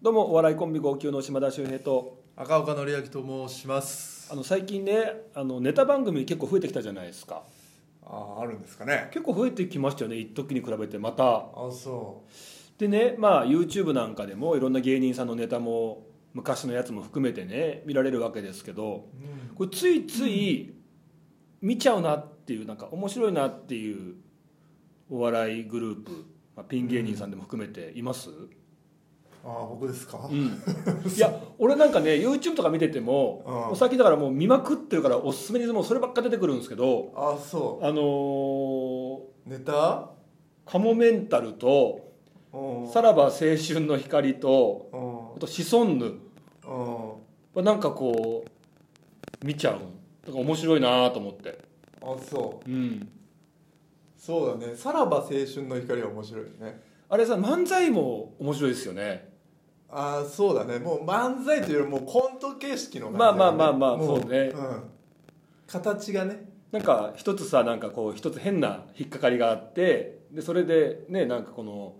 どうもお笑いコンビ号泣の島田秀平と赤岡典明と申しますあの最近ねあのネタ番組結構増えてきたじゃないですかあああるんですかね結構増えてきましたよね一時に比べてまたあそでねまあ YouTube なんかでもいろんな芸人さんのネタも昔のやつも含めてね見られるわけですけどう、うん、これついつい見ちゃうなっていうなんか面白いなっていうお笑いグループ、まあ、ピン芸人さんでも含めています、ああ僕ですか、うん、いや俺なんかね YouTube とか見てても、うんもう最近だからもう見まくってるからおすすめにもうそればっか出てくるんですけどああそあのーうネタカモメンタルとうんさらば青春の光とうんあとシソンヌうんはなんかこう見ちゃうだから面白いなと思ってあそううんそうだねさらば青春の光は面白いねあれさ漫才も面白いですよねああそうだねもう漫才というよりもコント形式の感じだよねまあまあまあまあもそうねん、形がねなんか一つさなんかこう一つ変な引っかかりがあってでそれでねなんかこの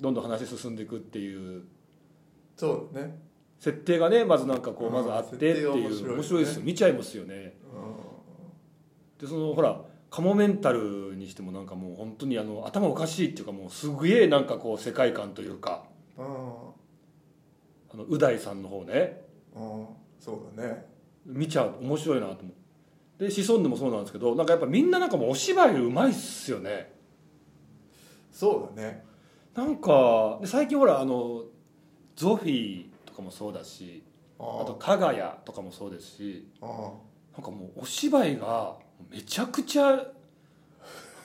どんどん話進んでいくっていうそうだね設定がねまずなんかこううんまずあってっていう設定が面面白い白い,、よねですよ見ちゃいますよねでそのほらカモメンタルにしてもなんかもう本当にあの頭おかしいっていうかもうすげえなんかこう世界観というかうんあのう大さんの方ねうん、うん、そうだね見ちゃう面白いなと思うでシソンヌもそうなんですけどなんかやっぱみんななんかもうお芝居うまいっすよねそうだねなんかで最近ほらあのゾフィーとかもそうだしああとー加賀谷とかもそうですしあなんかもうお芝居がめちゃくちゃ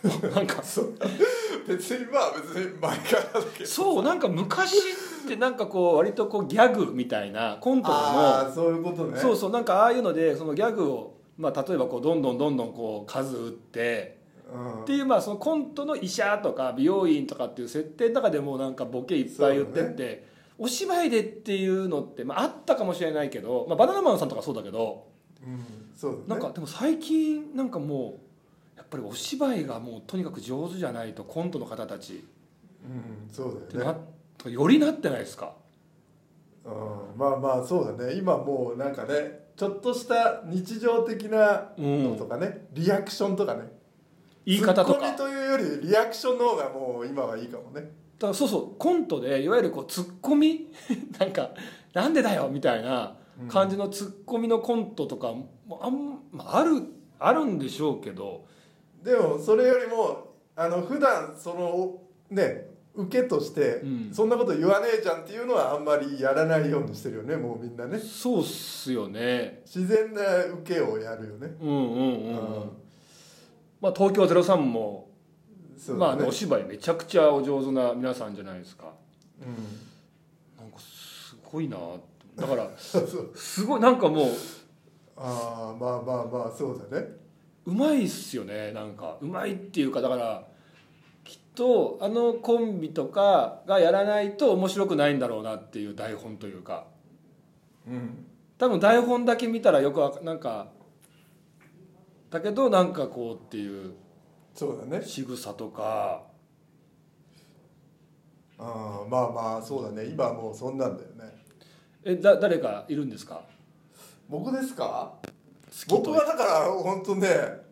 なんかー別にまあ別に前からだけどそうなんか昔ってなんかこう割とこうギャグみたいなコントであもあそういうことねそうそうなんかああいうのでそのギャグを、まあ、例えばこうどんどんどんどんこう数打ってうんっていうまあそのコントの医者とか美容院とかっていう設定の中でもうなんかボケいっぱい言ってって、お芝居でっていうのって、まあ、あったかもしれないけど、まあ、バナナマンさんとかそうだけどうんそうだなんねかでも最近なんかもうやっぱりお芝居がもうとにかく上手じゃないとコントの方たちうんそうってだなよねとかよりなってないですかうんまあまあそうだね今もうなんかねちょっとした日常的なうんのとかねリアクションとかね言い方とツッコかミというよりリアクションの方がもう今はいいかもねだからそうそうコントでいわゆるこうツッコミ なんか「なんでだよ」みたいな感じのツッコミのコントとかもあん、まあ、あるあるんでしょうけどでもそれよりもあの普段そのね受けとして、うんそんなこと言わねえじゃんっていうのはあんまりやらないようにしてるよねもうみんなねそうっすよね自然な受けをやるよねうんうんうん、ううんん、まあ東京03も、そうまあだあねのお芝居めちゃくちゃお上手な皆さんじゃないですかうんなんかすごいなだからそうそうすごいなんかもああまあまあまあそうだねううまいっすよねなんかうまいっていうかだからきっとあのコンビとかがやらないと面白くないんだろうなっていう台本というかうん多分台本だけ見たらよくわかなんかだけどなんかこうっていうそうだね仕草とかあーまあまあそうだね今はもうそんなんだよねえだ誰かいるんですか僕ですか好き僕とはだから本当ね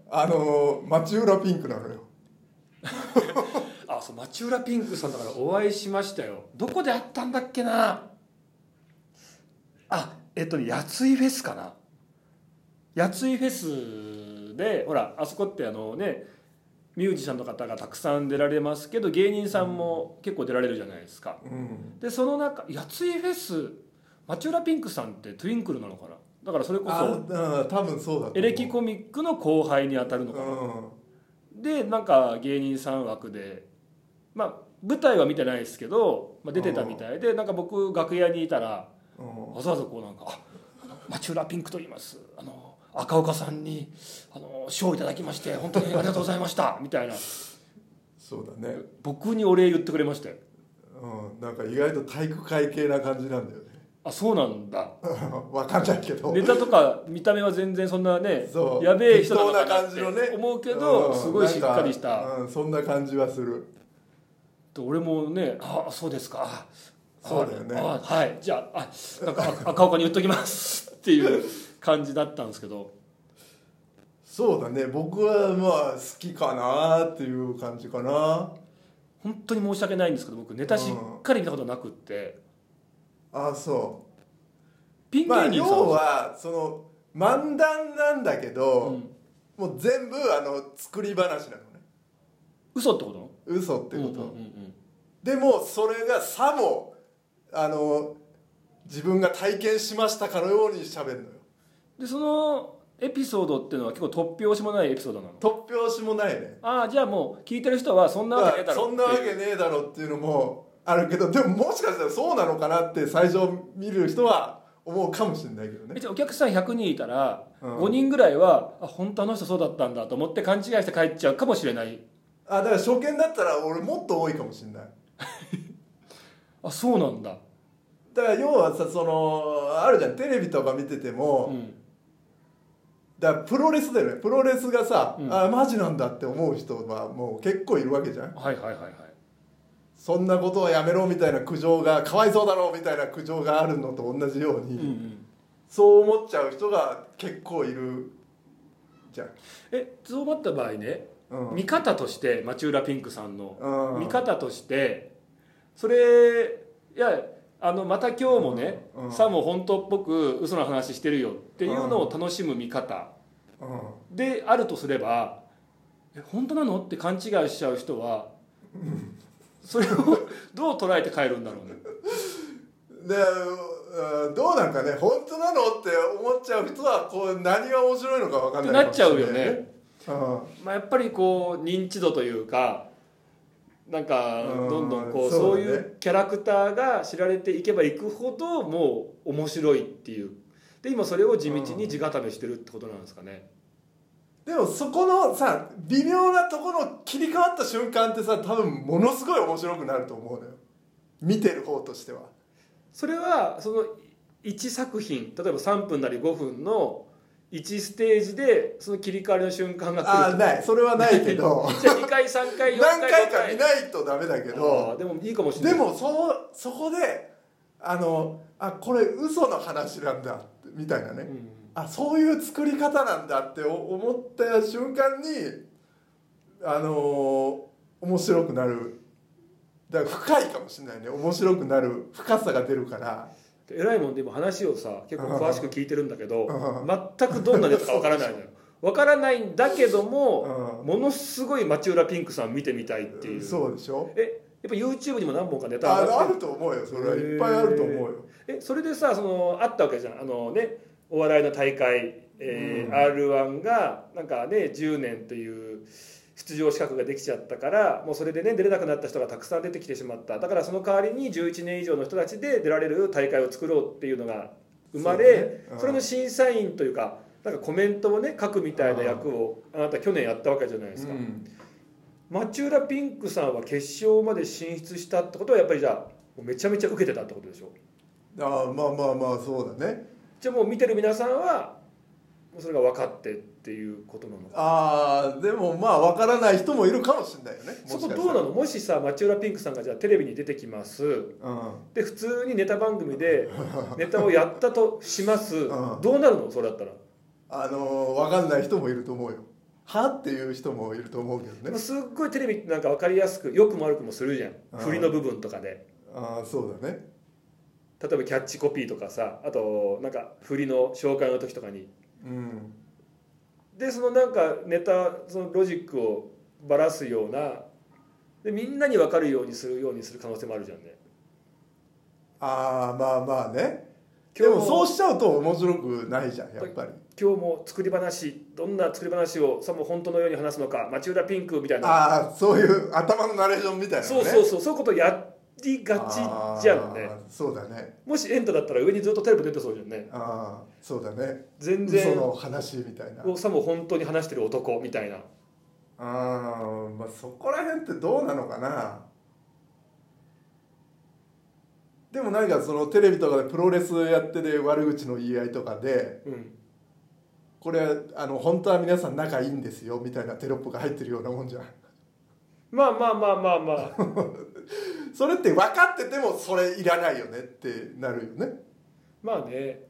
あのー町浦ピンクなのよあそう町浦ピンクさんだからお会いしましたよどこで会ったんだっけなあえっとねやついフェスかなやついフェスでほらあそこってあのねミュージシャンの方がたくさん出られますけど芸人さんも結構出られるじゃないですか、うんでその中やついフェス町浦ピンクさんってトゥインクルなのかなだからそれこあそうん多分そうだと思うエレキコミックの後輩に当たるのかな、でなんか芸人さん枠でまあ舞台は見てないですけど、まあ、出てたみたいでなんか僕楽屋にいたらうんうんわざわざこうなんかあ「マチュラピンクと言います」あの赤岡さんにあの賞をいただきまして本当にありがとうございました みたいなそうだね僕にお礼言ってくれましたようんなんか意外と体育会系な感じなんだよね あそうなんだわかんないけどネタとか見た目は全然そんなねそうやべえ人適当なのなかな感っじてのね思うけどんすごいしっかりしなたんかうんそんな感じはすると俺もね「ああそうですかあそうだよねああはいじゃああなんか あ赤岡に言っときますっていう感じだったんですけどそうだね僕はまあ好きかなっていう感じかな本当に申し訳ないんですけど僕ネタしっかり見たことなくってあそピうン芸まあ人要さん、はその漫談なんだけうど、んもう全部あの作り話なのね嘘ってこと嘘ってこうんと、うんうんでもそれがさもあの自分が体験しましたかのように喋るのよでそのエピソードっていうのは結構突拍子もないエピソードなの突拍子もないねああじゃあもう聞いてる人はそんなわけねえだろそんなわっていけうねえだろっていうのもあるけどでももしかしたらそうなのかなって最初見る人は思うかもしれないけどねじゃあお客さん100人いたらうん5人ぐらいは、あ本当あの人そうだったんだと思って勘違いして帰っちゃうかもしれないあだから初見だったら俺もっと多いかもしれないあそうなんだ、だから要はさそのあるじゃんテレビとか見てても、うん、だからプロレスだよねプロレスがさ、うんあマジなんだって思う人はもう結構いるわけじゃんはいはいはいはいそんなことはやめろみたいな苦情がかわいそうだろうみたいな苦情があるのと同じよううに、んうんそう思っちゃう人が結構いるじゃん、えそう思った場合ね、うん見方として町浦ピンクさんの、うん見方としてそれいやあのまた今日もね、うんうんさも本当っぽく嘘の話してるよっていうのを楽しむ見方うであるとすればえ本当なのって勘違いしちゃう人はそれをどう捉えて帰るんだろうねん、でうんどうなんかね本当なのって思っちゃう人はこう何が面白いのか分かっんてないなかっもちしれゃないうよね、うんまあ、やっぱりこう認知度というかなんかうんどんどんこうそそううだねいうキャラクターが知られていけばいくほどもう面白いっていうで今それを地道に地固めしてるってことなんですかねでもそこのさ微妙なところの切り替わった瞬間ってさ多分ものすごい面白くなると思うのよ見てる方としてはそれはその1作品例えば3分なり5分の1ステージでその切り替わりの瞬間が来るってこあとあないそれはないけど じゃあ2回3回4何回回5か見ないとダメだけあーどでもいいかもしれなでいもそうそこであのあこれ嘘の話なんだみたいなね、うんあそういう作り方なんだって思った瞬間にあのー面白くなるだから深いかもしれないね面白くなる深さが出るからえらいもんで今話をさ結構詳しく聞いてるんだけどう全くどんなネタかわからないのよわからないんだけどもうんものすごい町浦ピンクさん見てみたいっていうそうでしょえやっぱ YouTube にも何本かネタあ上があってると思うよそれはいっぱいあると思うよるえそれでさそのあったわけじゃんあのねお笑いの大会、えうん r 1がなんかね10年という出場資格ができちゃったからもうそれでね出れなくなった人がたくさん出てきてしまっただからその代わりに11年以上の人たちで出られる大会を作ろうっていうのが生まそうだねれそ,、うんれの審査員というかなんかコメントをね書くみたいな役をあなた去年やったわけじゃないですか、町浦ピンクさんは決勝まで進出したってことはやっぱりじゃあもうめちゃめちゃ受けてたってことでしょあーまあまあまあそうだねじゃあもう見てる皆さんはもうそれが分かってっていうことなのかああでもまあわからない人もいるかもしれないよねそこどうなのもしさ町浦ピンクさんがじゃあテレビに出てきますので普通にネタ番組 でネタをやったとしますうんどうなるのそれだったらあのーわかんない人もいると思うよはっていう人もいると思うけどでもねすっごいテレビってなんか分かりやすく良くも悪くもするじゃんうん振りの部分とかでああそうだね例えばキャッチコピーとかさあとなんか振りの紹介の時とかにうんでそのなんかネタそのロジックをばらすようなでみんなに分かるようにするようにする可能性もあるじゃんねああまあまあねで今日ももそうしちゃうと面白くないじゃんやっぱり今日も作り話どんな作り話をさも本当のように話すのか町浦ピンクみたいな、ああそういう頭のナレーションみたいなねそうそうそうそういうことやりがちじゃんねあーそうだねもしエンタだったら上にずっとテレビ出てそうじゃんねああそうだね全嘘然の話みたいなをさも本当に話してる男みたいなあーまあそこら辺ってどうなのかなでもなんかそのテレビとかでプロレスやってて悪口の言い合いとかでうんこれあの本当は皆さん仲いいんですよみたいなテロップが入ってるようなもんじゃんまあまあまあまあまあそれって分かっててもそれいらないよねってなるよねまあね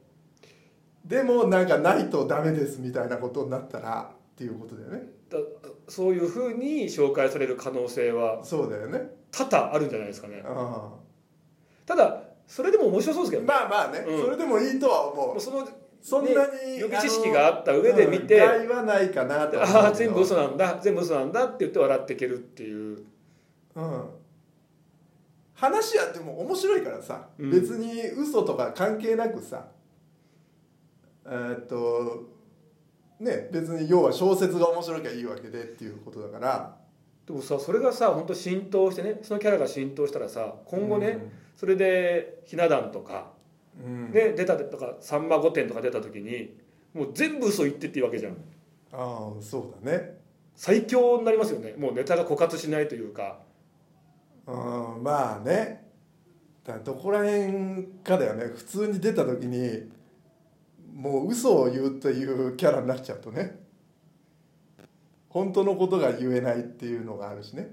でもなんかないとダメですみたいなことになったらっていうことだよねだだそういうふうに紹介される可能性はそうだよね多々あるんじゃないですかねあただそれでも面白そうですけどね、まあまあね、うんそれでもいいとは思もううそのそんなに、予備知識があった上で見てあのうん害はないかなと思うけどああ全部嘘なんだ全部嘘なんだって言って笑っていけるっていううん話やっても面白いからさ、うん別に嘘とか関係なくさえーっとね別に要は小説が面白いからいいわけでっていうことだからでもさそれがさ本当浸透してねそのキャラが浸透したらさ今後ね、うんそれでひな壇とか、うんね出たとか「さんま御殿」とか出た時にもう全部嘘言ってっていいわけじゃんああそうだね最強になりますよねもうネタが枯渇しないというかうんまあねだからどこら辺かだよね普通に出た時にもう嘘を言うというキャラになっちゃうとね本当のことが言えないっていうのがあるしね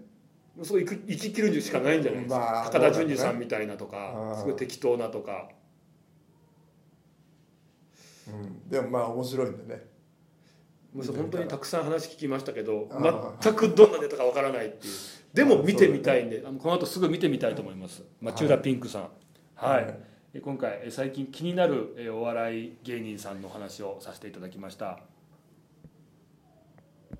もうそういく生き切るしかないんじゃないですか、まあ高田純次そうさだんねみたいなとかうんすごい適当なとかうん、でもまあ面白いんでねもうそう本当にたくさん話聞きましたけどうん全くどんなネタかわからないっていうでもうん見てみたいんで、あのこの後すぐ見てみたいと思います、まあ、チューダピンクさんはい、はいえ今回え最近気になるえお笑い芸人さんのお話をさせていただきました